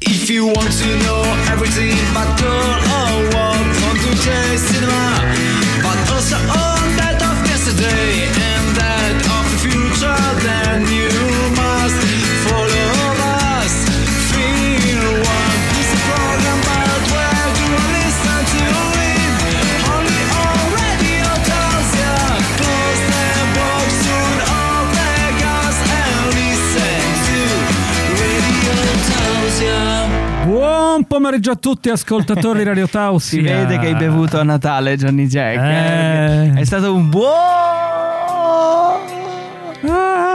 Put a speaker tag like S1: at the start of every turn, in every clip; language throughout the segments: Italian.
S1: If you want to know everything about girl or what from today's cinema, but also all that of yesterday and that of the future, then you must follow us. Feel one. This is a program about where do I listen to it? Only on radio tells ya. Close the box, turn off the gas, and listen to radio tells ya.
S2: Buon pomeriggio a tutti, ascoltatori Radio Tausia.
S3: Si vede che hai bevuto a Natale, Johnny Jack.
S2: Eh.
S3: eh. È stato un buon.
S2: Ah.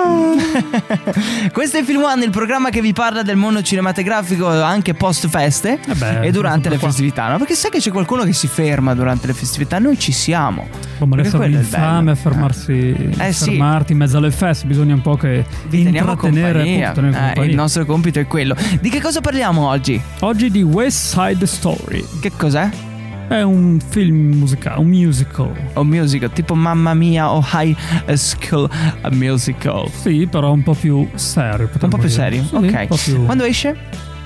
S3: Questo è Film One, il programma che vi parla del mondo cinematografico anche post feste
S2: Eh beh,
S3: e durante le
S2: qua.
S3: festività. No? Perché sai che c'è qualcuno che si ferma durante le festività? Noi ci siamo.
S2: Oh, ma adesso
S3: Perché
S2: è
S3: quello è il
S2: infame
S3: bello.
S2: fermarsi,
S3: Eh, sì.
S2: fermarti in mezzo alle feste, bisogna un po' che
S3: Vi teniamo
S2: intrattenere
S3: compagnia.
S2: appunto, tenere
S3: Eh,
S2: compagnia.
S3: il nostro compito è quello. Di che cosa parliamo oggi?
S2: Oggi di West Side Story.
S3: Che cos'è?
S2: È un film musicale, un musical.
S3: Un musical, tipo Mamma Mia o High School Musical.
S2: Sì, però un po' più serio.
S3: Un
S2: potremmo
S3: po' più
S2: dire.
S3: serio?
S2: Sì,
S3: ok.
S2: Un po' più...
S3: Quando esce?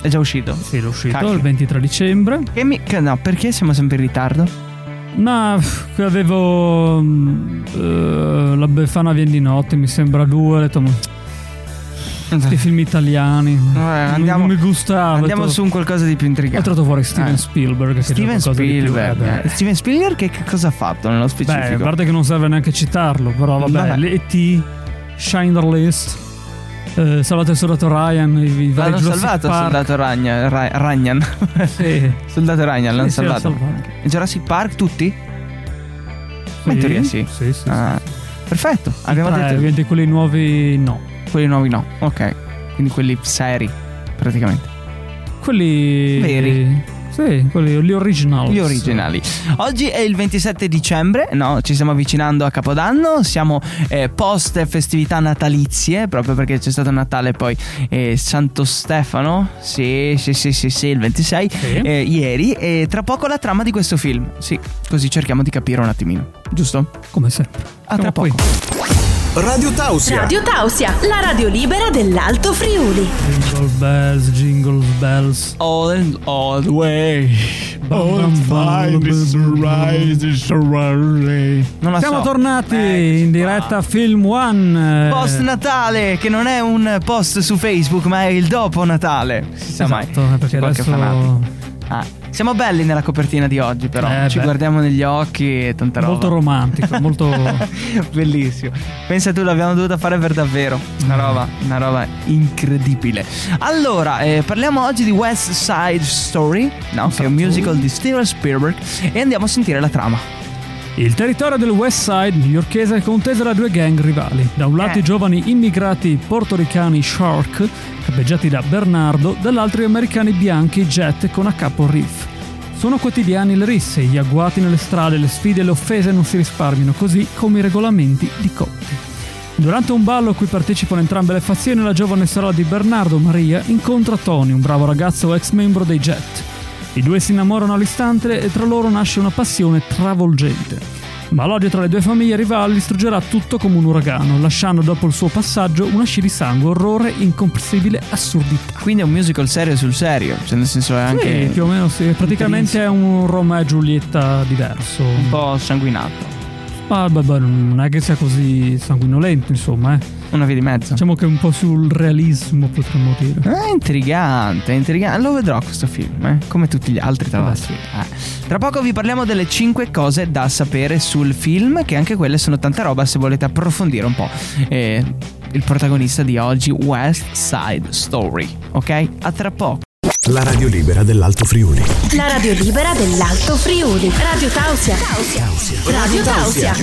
S3: È già uscito.
S2: Sì, l'ho uscito
S3: Cacchio.
S2: il 23 dicembre.
S3: Che mi- che- no, perché siamo sempre in ritardo?
S2: Ma pff, avevo mm, eh, la Befana viene di notte, mi sembra due, ho detto, ma questi film italiani. non-
S3: andiamo-
S2: non mi gustava. ho
S3: Andiamo
S2: detto-
S3: su un qualcosa di più
S2: Ho
S3: intrigante.
S2: tirato fuori Steven
S3: Eh.
S2: Spielberg. Che
S3: Steven
S2: era qualcosa di più,
S3: Spielberg.
S2: eh, beh.
S3: Steven Spielberg che, che cosa ha fatto nello
S2: Beh, a
S3: specifico?
S2: parte che non serve neanche citarlo, però vabbè,
S3: Vabbè.
S2: l'ET, Shinder List, eh, Salvato il soldato Ryan, i, i vari
S3: L'hanno
S2: Jurassic
S3: salvato
S2: Park.
S3: soldato Ragnan. Ra- Ragnan.
S2: Sì.
S3: soldato Ragnan l'hanno
S2: Sì, sì, l'ha
S3: salvato.
S2: salvato.
S3: Jurassic Park tutti? Ma in teoria sì.
S2: Sì, sì,
S3: Ah,
S2: sì.
S3: Perfetto. Abbiamo
S2: Tre,
S3: detto
S2: quindi quelli nuovi no.
S3: quelli nuovi no. Ok. Quindi quelli seri praticamente.
S2: Quelli...
S3: Veri.
S2: Sì, quelli, gli original.
S3: Gli originali. Oggi è il 27 dicembre, no? Ci stiamo avvicinando a Capodanno, siamo eh, post festività natalizie, proprio perché c'è stato Natale e poi eh, Santo Stefano, sì, sì, sì, sì, sì, il 26,
S2: Sì.
S3: eh, ieri, e tra poco la trama di questo film, sì, così cerchiamo di capire un attimino, giusto?
S2: Come sempre.
S3: A tra
S2: Siamo qui.
S3: poco.
S1: Radio Tausia.
S4: Radio Tausia, la radio libera dell'Alto Friuli.
S2: Jingle bells, jingle bells.
S3: All and all the way. Non la
S2: Siamo
S3: so. Eh,
S2: tornati
S3: Eccoci
S2: in
S3: qua.
S2: diretta a Film One. eh,
S3: Post Natale, che non è un post su Facebook, ma è il dopo Natale. Si sa mai.
S2: Esatto, eh, perché
S3: C'è qualche
S2: adesso
S3: fanatico. Ah, siamo belli nella copertina di oggi,
S2: Eh,
S3: però. Ci
S2: beh.
S3: guardiamo negli occhi e tanta roba.
S2: molto romantico, molto
S3: Bellissimo. Pensa tu, l'abbiamo dovuta fare per davvero. Una
S2: Mm.
S3: roba, una roba incredibile. Allora, eh, parliamo oggi di West Side Story, no?
S2: Esatto.
S3: Che è un musical di Steven Spielberg. E andiamo a sentire la trama.
S2: Il territorio del West Side newyorkese è conteso da due gang rivali. Da un lato
S3: Eh.
S2: i giovani immigrati portoricani Shark, cappeggiati da Bernardo, dall'altro gli americani bianchi Jet con a capo Riff. Sono quotidiani le risse, gli agguati nelle strade, le sfide e le offese non si risparmiano, così come i regolamenti di coppia. Durante un ballo a cui partecipano entrambe le fazioni, la giovane sorella di Bernardo, Maria, incontra Tony, un bravo ragazzo ex membro dei Jet. I due si innamorano all'istante e tra loro nasce una passione travolgente. Ma l'odio tra le due famiglie rivali distruggerà tutto come un uragano, lasciando dopo il suo passaggio una scia di sangue, orrore, incomprensibile assurdità.
S3: Quindi è un musical serio sul serio. Cioè, nel senso, è anche
S2: Sì, più o meno sì, praticamente è un Romeo e Giulietta diverso.
S3: un po' sanguinato.
S2: Ma beh, beh, non è che sia così sanguinolento, insomma. eh.
S3: Una via di mezzo.
S2: Diciamo che è un po' sul realismo potremmo dire.
S3: È intrigante, è intrigante. Lo vedrò questo film, eh? come tutti gli altri tra
S2: Vabbè,
S3: l'altro. Eh. Tra poco vi parliamo delle 5 cose da sapere sul film, che anche quelle sono tanta roba se volete approfondire un po'. eh, il protagonista di oggi, West Side Story. Ok? A tra poco.
S5: La radio libera dell'Alto Friuli.
S4: La radio libera dell'Alto Friuli. Radio Tausia. Radio Tausia.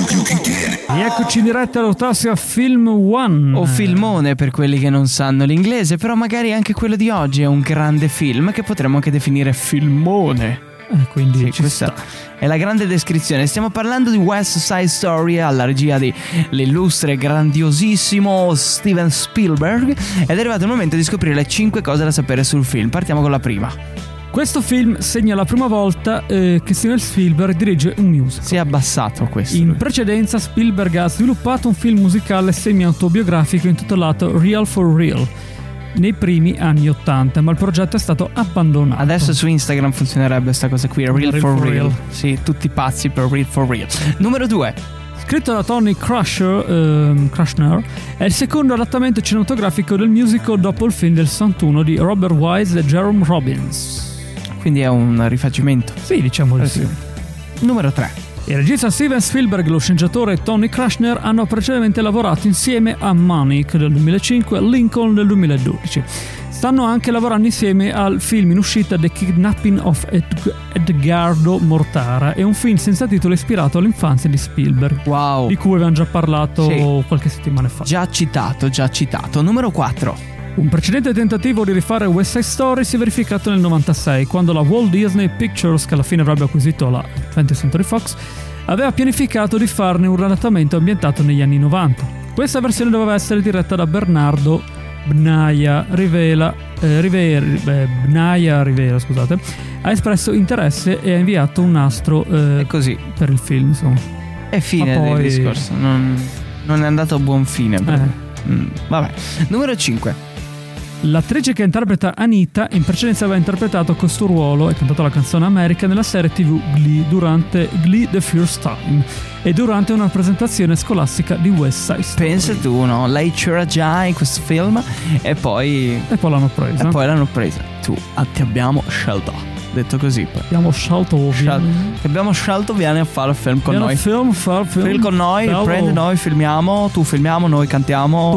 S2: E eccoci in diretta all'Autosia Film One.
S3: O filmone per quelli che non sanno l'inglese, però magari anche quello di oggi è un grande film che potremmo anche definire filmone.
S2: Eh, quindi
S3: Sì,
S2: ci
S3: Cioè, questa
S2: sta.
S3: è la grande descrizione. Stiamo parlando di West Side Story alla regia di l'illustre, grandiosissimo Steven Spielberg. Ed è arrivato il momento di scoprire le 5 cose da sapere sul film. Partiamo con la prima.
S2: Questo film segna la prima volta eh, che Steven Spielberg dirige un musical.
S3: Si è abbassato questo.
S2: In precedenza Spielberg ha sviluppato un film musicale semi-autobiografico intitolato Real for Real, nei primi anni 80, ma il progetto è stato abbandonato.
S3: Adesso su Instagram funzionerebbe sta cosa qui, Real,
S2: Real
S3: for
S2: for
S3: real.
S2: real.
S3: Sì, tutti pazzi per Real for Real. Numero 2.
S2: Scritto da Tony Crusher, ehm, Crushner, è il secondo adattamento cinematografico del musical dopo il film del 61 di Robert Wise e Jerome Robbins.
S3: Quindi è un rifacimento.
S2: Sì, diciamo di
S3: Eh
S2: sì.
S3: sì. Numero 3.
S2: Il regista Steven Spielberg, lo sceneggiatore e Tony Krashner hanno precedentemente lavorato insieme a Manic del 2005 e Lincoln del 2012. Stanno anche lavorando insieme al film in uscita The Kidnapping of Ed- Edgardo Mortara, è un film senza titolo ispirato all'infanzia di Spielberg,
S3: Wow.
S2: di cui avevamo già parlato
S3: Sì.
S2: qualche settimana fa.
S3: Già citato, già citato. Numero 4.
S2: Un precedente tentativo di rifare West Side Story si è verificato nel 96, quando la Walt Disney Pictures, che alla fine avrebbe acquisito la 20th Century Fox, aveva pianificato di farne un adattamento ambientato negli anni 90. Questa versione doveva essere diretta da Bernardo Bnaia Rivela, eh, River- eh, Bnaia Rivera, scusate, ha espresso interesse e ha inviato un nastro eh,
S3: E così.
S2: per il film, insomma.
S3: È fine
S2: Ma poi-
S3: del discorso. Non, non è andato a buon fine.
S2: Eh.
S3: Mm, vabbè. Numero 5.
S2: L'attrice che interpreta Anita in precedenza aveva interpretato questo ruolo e cantato la canzone America nella serie TV Glee durante Glee The First Time e durante una presentazione scolastica di West Side Story.
S3: Pensa tu, no? Lei c'era già in questo film e poi,
S2: E poi l'hanno presa.
S3: e poi l'hanno presa. Tu ah, ti abbiamo scelto. Detto così. poi.
S2: Abbiamo scelto
S3: Scel-
S2: Ovin.
S3: Ti abbiamo scelto, vieni a fare il film con
S2: Abbiamo
S3: noi.
S2: film, far film.
S3: Film con noi,
S2: Bravo.
S3: prendi noi, filmiamo, tu filmiamo, noi cantiamo.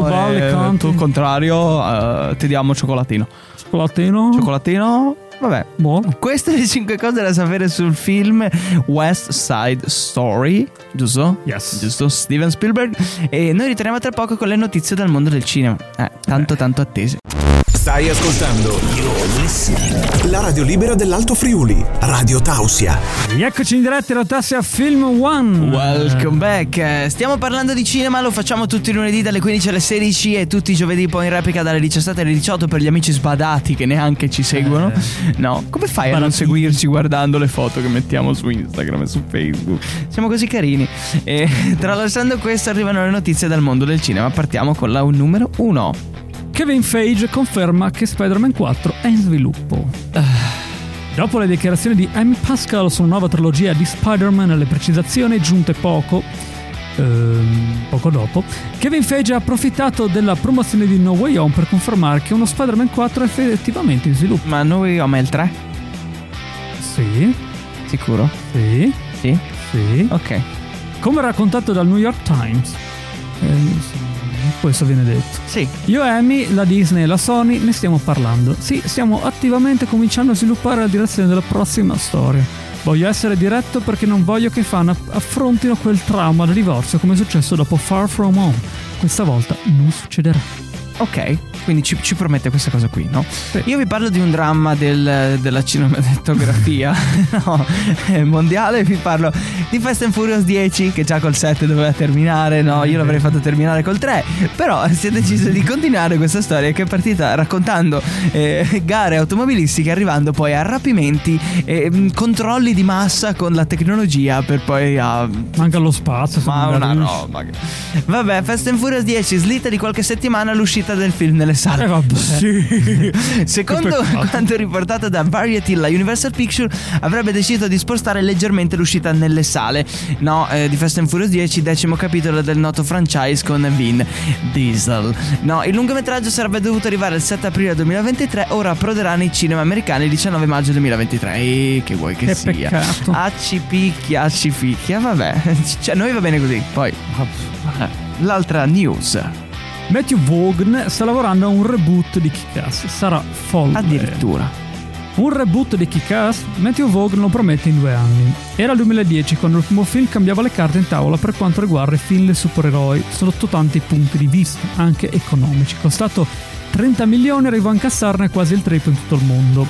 S2: Tu parli,
S3: e
S2: canti. Uh.
S3: Tu il contrario, eh, ti diamo cioccolatino.
S2: Cioccolatino.
S3: Cioccolatino, vabbè.
S2: Buono.
S3: Queste le 5 cose da sapere sul film West Side Story, giusto?
S2: Yes.
S3: Giusto, Steven Spielberg. E noi ritorniamo tra poco con le notizie dal mondo del cinema. Eh, tanto, tanto attese.
S5: Stai ascoltando la radio libera dell'Alto Friuli, Radio Tausia.
S2: Rieccoci in diretta in realtà sia Film One.
S3: Welcome back. Eh, Stiamo parlando di cinema, lo facciamo tutti i lunedì dalle 15 alle 16 e tutti i giovedì poi in replica dalle 17 alle 18 per gli amici sbadati che neanche ci seguono. No, come fai a Eh. non seguirci guardando le foto che mettiamo su Instagram e su Facebook? Siamo così carini. E tralasciando questo arrivano le notizie dal mondo del cinema. Partiamo con la numero 1.
S2: Kevin Feige conferma che Spider-Man 4 è in sviluppo. Dopo le dichiarazioni di Amy Pascal sulla nuova trilogia di Spider-Man e le precisazioni giunte poco, ehm, poco dopo, Kevin Feige ha approfittato della promozione di No Way Home per confermare che uno Spider-Man 4 è effettivamente in sviluppo.
S3: Ma noi ma è il 3?
S2: Sì,
S3: Sicuro?
S2: sì,
S3: Sì?
S2: sì.
S3: Ok.
S2: Come raccontato dal New York Times, ehm, sì, questo viene detto.
S3: Sì.
S2: Io e Amy, la Disney e la Sony ne stiamo parlando. Sì, stiamo attivamente cominciando a sviluppare la direzione della prossima storia. Voglio essere diretto perché non voglio che i fan aff- affrontino quel trauma del divorzio come è successo dopo Far From Home. Questa volta non succederà.
S3: Ok, quindi ci, ci promette questa cosa qui, no?
S2: Sì.
S3: Io vi parlo di un dramma del- della cinematografia no, eh, mondiale, vi parlo di Fast and Furious 10 che già col 7 doveva terminare, no? Io l'avrei fatto terminare col 3, però si è deciso di continuare questa storia che è partita raccontando eh, gare automobilistiche arrivando poi a rapimenti e mm, controlli di massa con la tecnologia per poi a
S2: Manca lo spazio.
S3: ma
S2: sono
S3: una
S2: andati-
S3: roba. che- Vabbè, Fast and Furious 10 slitta di qualche settimana l'uscita del film nelle sale.
S2: Eh, vabbè.
S3: Sì. Secondo
S2: Che peccato.
S3: quanto riportato da Variety, la Universal Picture avrebbe deciso di spostare leggermente l'uscita nelle sale. No, eh, di Fast and Furious 10, decimo capitolo del noto franchise con Vin Diesel. No, il lungometraggio sarebbe dovuto arrivare il 7 aprile 2023, ora approderà nei cinema americani il 19 maggio 2023. E che vuoi che,
S2: Che
S3: sia?
S2: peccato.
S3: Acci picchia, acci picchia, vabbè. Cioè, noi va bene così. Poi, eh, l'altra news.
S2: Matthew Vaughn sta lavorando a un reboot di Kick-Ass. Sarà eh, folle.
S3: Addirittura.
S2: Un reboot di Kick-Ass, Matthew Vaughn lo promette in due anni. Era il 2010 quando l'ultimo film cambiava le carte in tavola per quanto riguarda i film e i supereroi sotto tanti punti di vista, anche economici. Costato 30 milioni arrivò a incassarne quasi il triplo in tutto il mondo.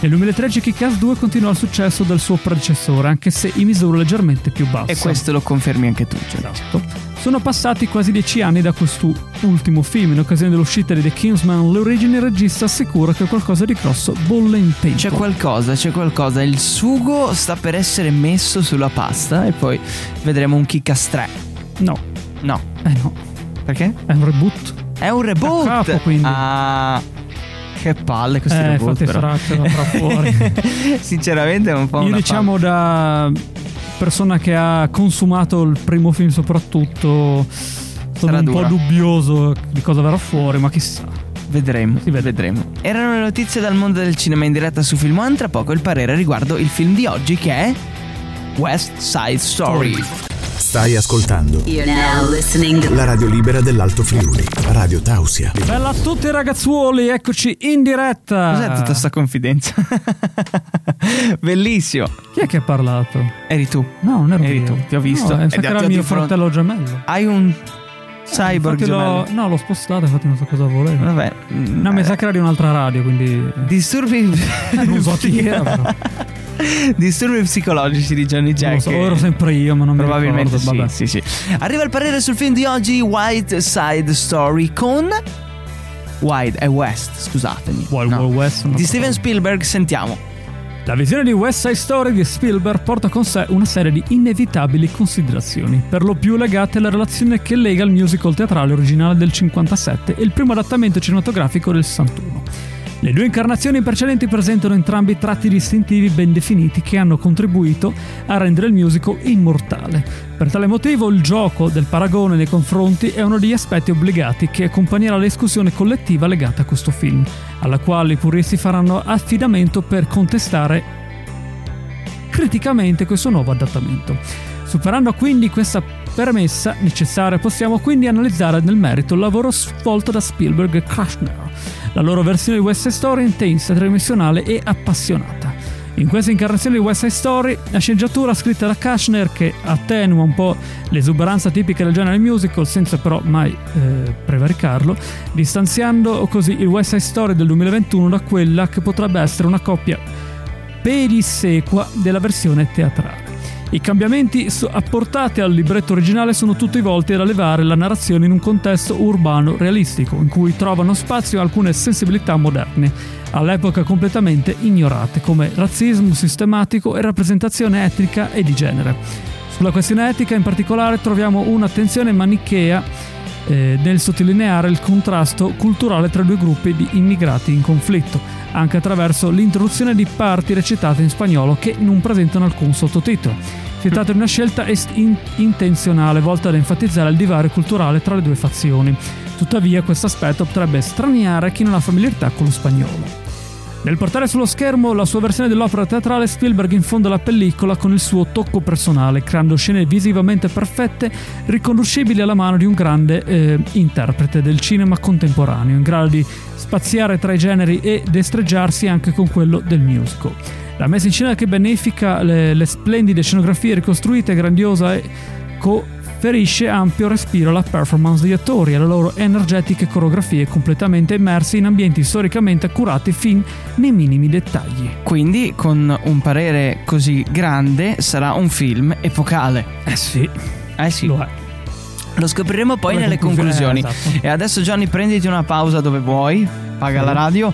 S2: Nel 2013 Kick-Ass 2 continuò il successo del suo predecessore, anche se in misura leggermente più bassa.
S3: E questo lo confermi anche tu, Giorgio.
S2: Esatto. Sono passati quasi dieci anni da questo ultimo film. In occasione dell'uscita di The Kingsman, l'origine il regista assicura che qualcosa di grosso bolle in tempo.
S3: C'è qualcosa, c'è qualcosa. Il sugo sta per essere messo sulla pasta e poi vedremo un Kikas 3.
S2: No,
S3: No,
S2: eh no,
S3: perché?
S2: è un reboot.
S3: È un reboot.
S2: Da capo, quindi.
S3: Ah, Che palle questi
S2: Eh,
S3: robot
S2: fate
S3: però.
S2: fracchio da fra fuori.
S3: Sinceramente è un po'
S2: Io
S3: una
S2: diciamo da persona che ha consumato il primo film soprattutto sono
S3: Sarà
S2: un
S3: dura.
S2: po' dubbioso di cosa verrà fuori, ma chissà.
S3: palla. Vedremo,
S2: Si vede.
S3: vedremo. Erano le notizie dal mondo del cinema in diretta su Film One, tra poco il parere riguardo il film di oggi che è West Side Story.
S5: Stai ascoltando
S6: You're now listening to
S5: la radio libera dell'Alto Friuli, Radio Tausia.
S2: Bella a tutti ragazzuoli, eccoci in diretta.
S3: Cos'è tutta sta confidenza? Bellissimo.
S2: Chi è che ha parlato?
S3: Eri tu.
S2: No, non ero
S3: Eri
S2: io.
S3: tu, ti ho visto.
S2: No,
S3: E
S2: pensa
S3: ti-
S2: che era
S3: ti ho
S2: mio
S3: di fronte.
S2: fratello gemello.
S3: Hai un cyborg
S2: Infatti l'ho-
S3: gemello.
S2: No, l'ho spostato, infatti non so cosa volevo.
S3: Vabbè. mm,
S2: No, mi sa che era di un'altra radio, quindi...
S3: Disturbi.
S2: Eh, non so chi era, però. Non
S3: Disturbi psicologici di Johnny Jack. Eh,
S2: lo so, ero sempre io, ma non mi
S3: Probabilmente
S2: ricordo. Vabbè.
S3: sì, sì, sì. Arriva il parere sul film di oggi, White Side Story, con Wide e West, scusatemi.
S2: Wild
S3: No.
S2: Wild West, non
S3: Di
S2: so.
S3: Steven Spielberg, sentiamo.
S2: La visione di West Side Story di Spielberg porta con sé una serie di inevitabili considerazioni, per lo più legate alla relazione che lega il musical teatrale originale del 57 e il primo adattamento cinematografico del 61. Le due incarnazioni precedenti presentano entrambi tratti distintivi ben definiti che hanno contribuito a rendere il musical immortale. Per tale motivo il gioco del paragone nei confronti è uno degli aspetti obbligati che accompagnerà la discussione collettiva legata a questo film, alla quale i puristi faranno affidamento per contestare criticamente questo nuovo adattamento. Superando quindi questa premessa necessaria, possiamo quindi analizzare nel merito il lavoro svolto da Spielberg e Kushner, la loro versione di West Side Story è intensa, tridimensionale e appassionata. In questa incarnazione di West Side Story, la sceneggiatura scritta da Kushner, che attenua un po' l'esuberanza tipica del genere musical, senza però mai eh, prevaricarlo, distanziando così il West Side Story del 2021 da quella che potrebbe essere una coppia perissequa della versione teatrale. I cambiamenti so- apportati al libretto originale sono tutti volti ad allevare la narrazione in un contesto urbano realistico, in cui trovano spazio alcune sensibilità moderne, all'epoca completamente ignorate, come razzismo sistematico e rappresentazione etnica e di genere. Sulla questione etica in particolare troviamo un'attenzione manichea eh, nel sottolineare il contrasto culturale tra due gruppi di immigrati in conflitto, anche attraverso l'introduzione di parti recitate in spagnolo che non presentano alcun sottotitolo. Si tratta di una scelta est- in- intenzionale volta ad enfatizzare il divario culturale tra le due fazioni. Tuttavia, questo aspetto potrebbe straniare chi non ha familiarità con lo spagnolo. Nel portare sullo schermo la sua versione dell'opera teatrale, Spielberg infonde la pellicola con il suo tocco personale, creando scene visivamente perfette, riconoscibili alla mano di un grande eh, interprete del cinema contemporaneo, in grado di spaziare tra i generi e destreggiarsi anche con quello del musical. La messa in scena che benefica le, le splendide scenografie ricostruite, grandiosa e conferisce ampio respiro alla performance degli attori e alle loro energetiche coreografie completamente immerse in ambienti storicamente accurati fin nei minimi dettagli.
S3: Quindi, con un parere così grande, sarà un film epocale.
S2: Eh sì,
S3: Eh sì.
S2: lo è.
S3: Lo scopriremo poi
S2: Come
S3: nelle
S2: conclusione,
S3: conclusioni.
S2: eh, esatto.
S3: E adesso, Johnny, prenditi una pausa dove vuoi, paga la radio,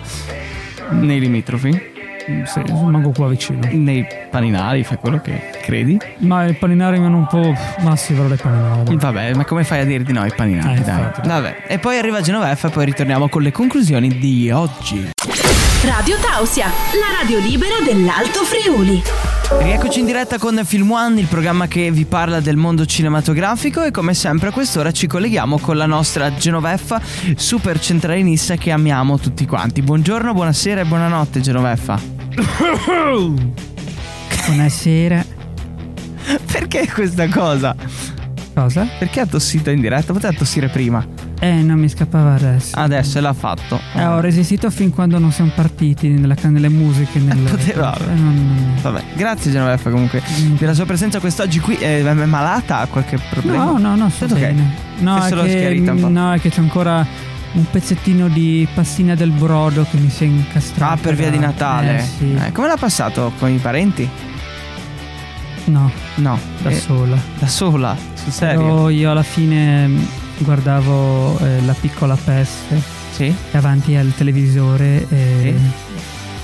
S3: nei limitrofi,
S2: Mm, Sì, rimango qua vicino.
S3: nei paninari, fai quello che credi.
S2: Ma il paninari mi hanno un po'. Ma sì, vorrei paninare. dai.
S3: Vabbè, ma come fai a dire di no ai paninari?
S2: Eh,
S3: dai.
S2: infatti.
S3: Vabbè. E poi arriva Genoveffa e poi ritorniamo con le conclusioni di oggi.
S4: Radio Tausia, la radio libera dell'Alto Friuli.
S3: Rieccoci in diretta con Film One, il programma che vi parla del mondo cinematografico e come sempre a quest'ora ci colleghiamo con la nostra Genoveffa, super centralinista che amiamo tutti quanti. Buongiorno, buonasera e buonanotte Genoveffa.
S2: Buonasera.
S3: Perché questa cosa?
S2: Cosa?
S3: Perché ha tossito in diretta? Poteva tossire prima.
S2: Eh, non mi scappava adesso. Eh,
S3: Adesso l'ha fatto. Ah,
S2: ho resistito fin quando non siamo partiti nelle musiche. Nelle...
S3: poteva. Eh, Vabbè, grazie Genoveffa comunque della sua presenza quest'oggi qui. Eh, È malata? Ha qualche problema?
S2: No, no, no, sto
S3: Tutto ok?
S2: bene. No,
S3: Ti
S2: è
S3: solo
S2: che,
S3: schiarita un po'.
S2: no, è che c'è ancora un pezzettino di pastina del brodo che mi si è incastrata.
S3: Ah, per via di Natale.
S2: Eh, sì.
S3: Eh, come l'ha passato? Con i parenti?
S2: No,
S3: No,
S2: da
S3: eh,
S2: sola.
S3: da sola, sul serio.
S2: Però io alla fine mh, guardavo eh, la piccola peste
S3: Sì.
S2: davanti al televisore eh,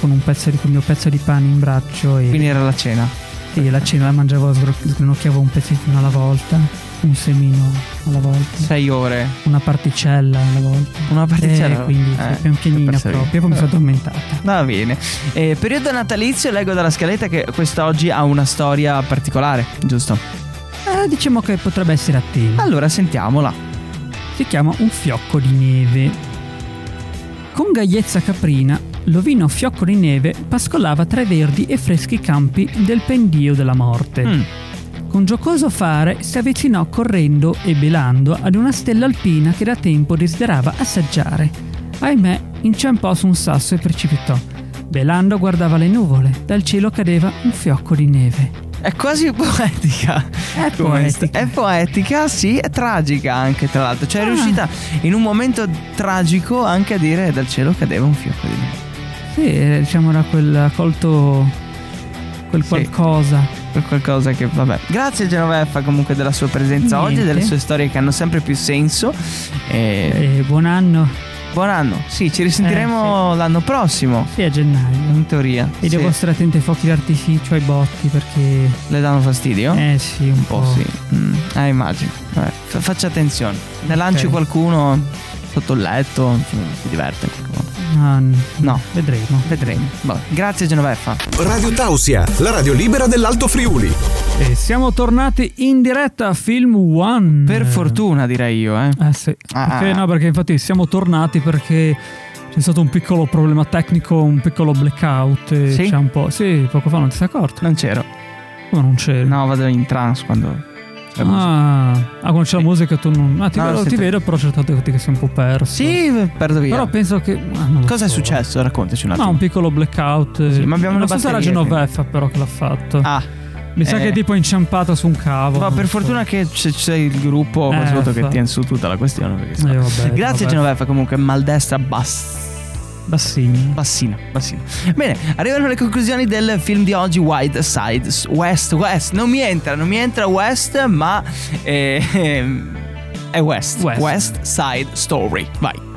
S2: con un pezzo di, con il mio pezzo di pane in braccio e
S3: Quindi era la cena.
S2: sì, la cena la mangiavo, sgro- sgranocchiavo un pezzettino alla volta. un semino alla volta,
S3: Sei ore.
S2: una particella alla volta.
S3: Una particella?
S2: Eh, quindi
S3: Eh,
S2: sì, pian pianina
S3: pensavo io.
S2: proprio, poi mi sono addormentata.
S3: Va bene. Eh, periodo natalizio, leggo dalla scaletta che quest'oggi ha una storia particolare, giusto?
S2: Eh, diciamo che potrebbe essere attiva.
S3: Allora sentiamola.
S2: Si chiama un fiocco di neve. Con gaiezza caprina, l'ovino fiocco di neve pascolava tra i verdi e freschi campi del pendio della morte.
S3: Mm.
S2: Con giocoso fare si avvicinò correndo e belando ad una stella alpina che da tempo desiderava assaggiare. Ahimè, inciampò su un sasso e precipitò. Belando guardava le nuvole, dal cielo cadeva un fiocco di neve.
S3: È quasi poetica.
S2: È
S3: Come sta-
S2: poetica.
S3: È poetica, sì, è tragica anche, tra l'altro. Cioè, è
S2: Ah.
S3: riuscita in un momento tragico anche a dire dal cielo cadeva un fiocco di neve.
S2: Sì, eh, diciamo era quel colto. quel
S3: Sì.
S2: qualcosa.
S3: Per qualcosa che, vabbè. Grazie Genoveffa comunque della sua presenza oggi e
S2: Niente.
S3: delle sue storie che hanno sempre più senso. E
S2: Eh, buon anno,
S3: Buon anno. Sì, ci risentiremo
S2: Eh,
S3: l'anno prossimo.
S2: sì, a gennaio.
S3: In teoria.
S2: E
S3: Sì.
S2: devo stare attenti ai fuochi d'artificio, ai botti, perché.
S3: Le danno fastidio?
S2: Eh sì, un,
S3: Un po' sì. Mm. Ah, immagino. Vabbè, fa- faccia attenzione. Ne lanci
S2: Ok.
S3: qualcuno sotto il letto, insomma, si diverte. in qualche modo.
S2: Ah, n-
S3: No.
S2: Vedremo.
S3: Vedremo. Vabbè. Grazie Genoveffa.
S5: Radio Tausia, la radio libera dell'Alto Friuli.
S2: E Eh, siamo tornati in diretta a Film One.
S3: Per fortuna direi io, eh.
S2: Eh sì.
S3: Ah.
S2: Perché, no, perché infatti siamo tornati perché c'è stato un piccolo problema tecnico, un piccolo blackout. e
S3: Sì?
S2: C'è un po'. Sì, poco fa non ti sei accorto.
S3: Non c'ero.
S2: Ma non c'era.
S3: No, vado in trance quando... la musica.
S2: Ah, ah, quando c'è la
S3: Sì.
S2: musica tu non... Ah, ti,
S3: No,
S2: vedo,
S3: sento-
S2: ti vedo, però certe volte che ti sei un po' perso.
S3: Sì, perdo via.
S2: Però penso che... ah, non lo
S3: Cosa è
S2: so.
S3: successo? Raccontaci un
S2: No,
S3: attimo.
S2: un piccolo blackout.
S3: Sì, ma abbiamo
S2: non
S3: una
S2: so se era
S3: batteria,
S2: Genoveffa però che l'ha fatto.
S3: Ah,
S2: Mi sa
S3: eh.
S2: che è tipo inciampata su un cavo.
S3: ma
S2: non
S3: per
S2: so.
S3: fortuna che c'è, c'è il gruppo
S2: Eh,
S3: così che
S2: fa-
S3: tiene su tutta la questione. perché sennò-
S2: Eh, vabbè,
S3: Grazie
S2: vabbè.
S3: Genoveffa comunque, maldestra bass...
S2: Bassini.
S3: Bassina, bassina. Bene, arrivano le conclusioni del film di oggi, Wide Side West. West, non mi entra, non mi entra West, ma eh, ehm, è West.
S2: West.
S3: Side Story. Vai.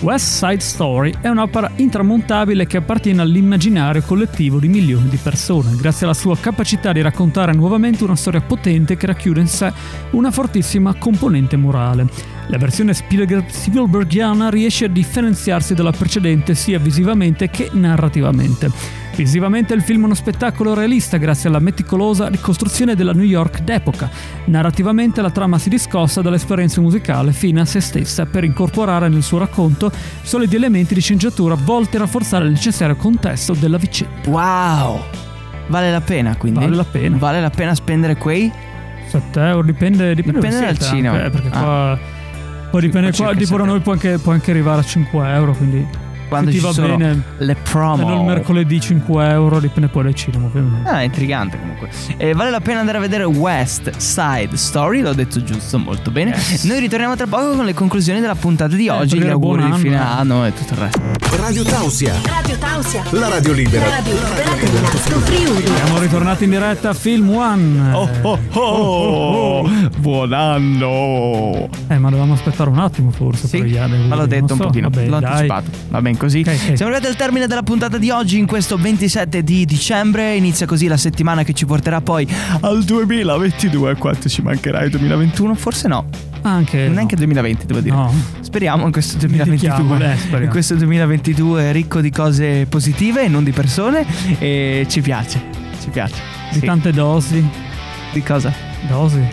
S2: West Side Story è un'opera intramontabile che appartiene all'immaginario collettivo di milioni di persone, grazie alla sua capacità di raccontare nuovamente una storia potente che racchiude in sé una fortissima componente morale. La versione Spielberg- Spielbergiana riesce a differenziarsi dalla precedente sia visivamente che narrativamente. Visivamente il film è uno spettacolo realista grazie alla meticolosa ricostruzione della New York d'epoca. Narrativamente la trama si discossa dall'esperienza musicale fino a se stessa per incorporare nel suo racconto solidi elementi di sceneggiatura volti a rafforzare il necessario contesto della vicenda.
S3: Wow. Vale la pena quindi?
S2: Vale la pena.
S3: Vale la pena spendere quei?
S2: 7 euro dipende, dipende,
S3: Dipende
S2: dove
S3: dal
S2: siete,
S3: cinema.
S2: anche, eh, perché
S3: Ah.
S2: qua... Poi dipende
S3: qua
S2: qua,
S3: circa
S2: tipo da
S3: sette.
S2: noi può anche, può anche arrivare a 5 euro, quindi
S3: Quando
S2: se
S3: ci
S2: ti va
S3: sono
S2: bene...
S3: le
S2: Se
S3: promo.
S2: non il mercoledì 5 euro, dipende poi dal cinema ovviamente.
S3: Ah, è intrigante comunque. Eh, vale la pena andare a vedere West Side Story, l'ho detto giusto, molto bene.
S2: Yes.
S3: Noi ritorniamo tra poco con le conclusioni della puntata di
S2: Eh,
S3: oggi, gli
S2: davvero
S3: auguri
S2: buon
S3: di fine
S2: anno. eh.
S3: anno e tutto il resto.
S5: Radio Tausia,
S4: Radio Tausia.
S5: la radio libera.
S4: La radio libera dell'Alto Friuli.
S2: Siamo ritornati in diretta a Film One.
S3: Oh, oh, oh, buon anno!
S2: Eh, ma dovevamo aspettare un attimo forse
S3: Sì,
S2: per gli anni.
S3: ma l'ho detto
S2: non
S3: un
S2: so,
S3: pochino,
S2: vabbè,
S3: l'ho
S2: dai.
S3: anticipato. Va bene così.
S2: Ok, ok.
S3: Siamo arrivati al termine della puntata di oggi, in questo 27 di dicembre. Inizia così la settimana che ci porterà poi al 2022. Quanto ci mancherà il 2021? Forse no,
S2: Anche
S3: neanche il 2020, devo dire.
S2: Eh, No.
S3: Speriamo in questo
S2: Dimentichiamo,
S3: 2022,
S2: eh, speriamo.
S3: in questo 2022 ricco di cose positive e non di persone. E ci piace, ci piace.
S2: di
S3: Sì.
S2: tante dosi,
S3: Di cosa?
S2: dosi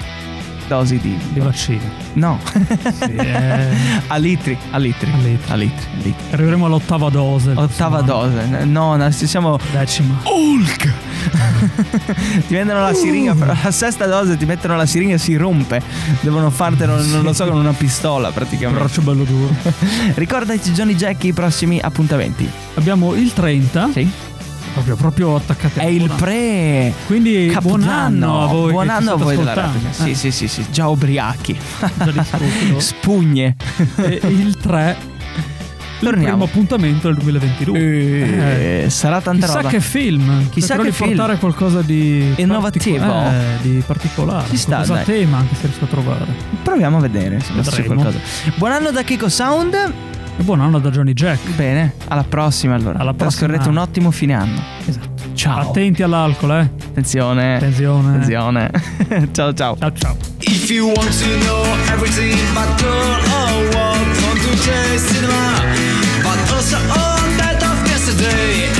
S3: Dosi di.
S2: di vaccino.
S3: No.
S2: Sì, eh,
S3: A litri, a litri,
S2: A litri.
S3: a litri, a litri.
S2: arriveremo all'ottava dose. il
S3: Ottava Oh.
S2: prossimo
S3: dose, n- nona, se siamo
S2: anno. Decima.
S3: Hulk! ti vendono la siringa, però la sesta dose ti mettono la siringa e si rompe. Devono fartelo, non lo so, con una pistola praticamente.
S2: Braccio bello duro.
S3: Ricordaci Johnny Jack i prossimi appuntamenti.
S2: Abbiamo il 30,
S3: Sì.
S2: proprio, proprio attaccati.
S3: È
S2: a
S3: il
S2: Capodanno.
S3: pre
S2: Quindi buon anno
S3: Capodanno.
S2: a voi.
S3: Buon
S2: che ci
S3: anno a
S2: state
S3: voi della
S2: ascoltando.
S3: radio. Sì,
S2: Eh,
S3: sì, sì, sì, già ubriachi.
S2: già distrutto.
S3: Spugne.
S2: E il 3
S3: Torniamo.
S2: primo appuntamento del 2022
S3: Eh, sarà tanta
S2: chissà
S3: roba.
S2: che film
S3: Chissà
S2: cercherò
S3: che
S2: di
S3: film.
S2: portare qualcosa di
S3: Innovativo.
S2: partico- eh, di particolare
S3: Ci sta,
S2: qualcosa a
S3: dai.
S2: tema anche se riesco a trovare
S3: Proviamo a vedere se c'è
S2: Vedremo.
S3: qualcosa. Buon anno da Kiko Sound.
S2: e buon anno da Johnny Jack
S3: Bene, alla prossima allora.
S2: Alla prossima.
S3: Trascorrete un ottimo fine anno.
S2: esatto
S3: Ciao.
S2: attenti all'alcol eh
S3: Attenzione.
S2: Attenzione.
S3: Attenzione. ciao ciao.
S2: Ciao ciao.
S1: If you want to know everything about girl or what, come to J Cinema. But also all that of yesterday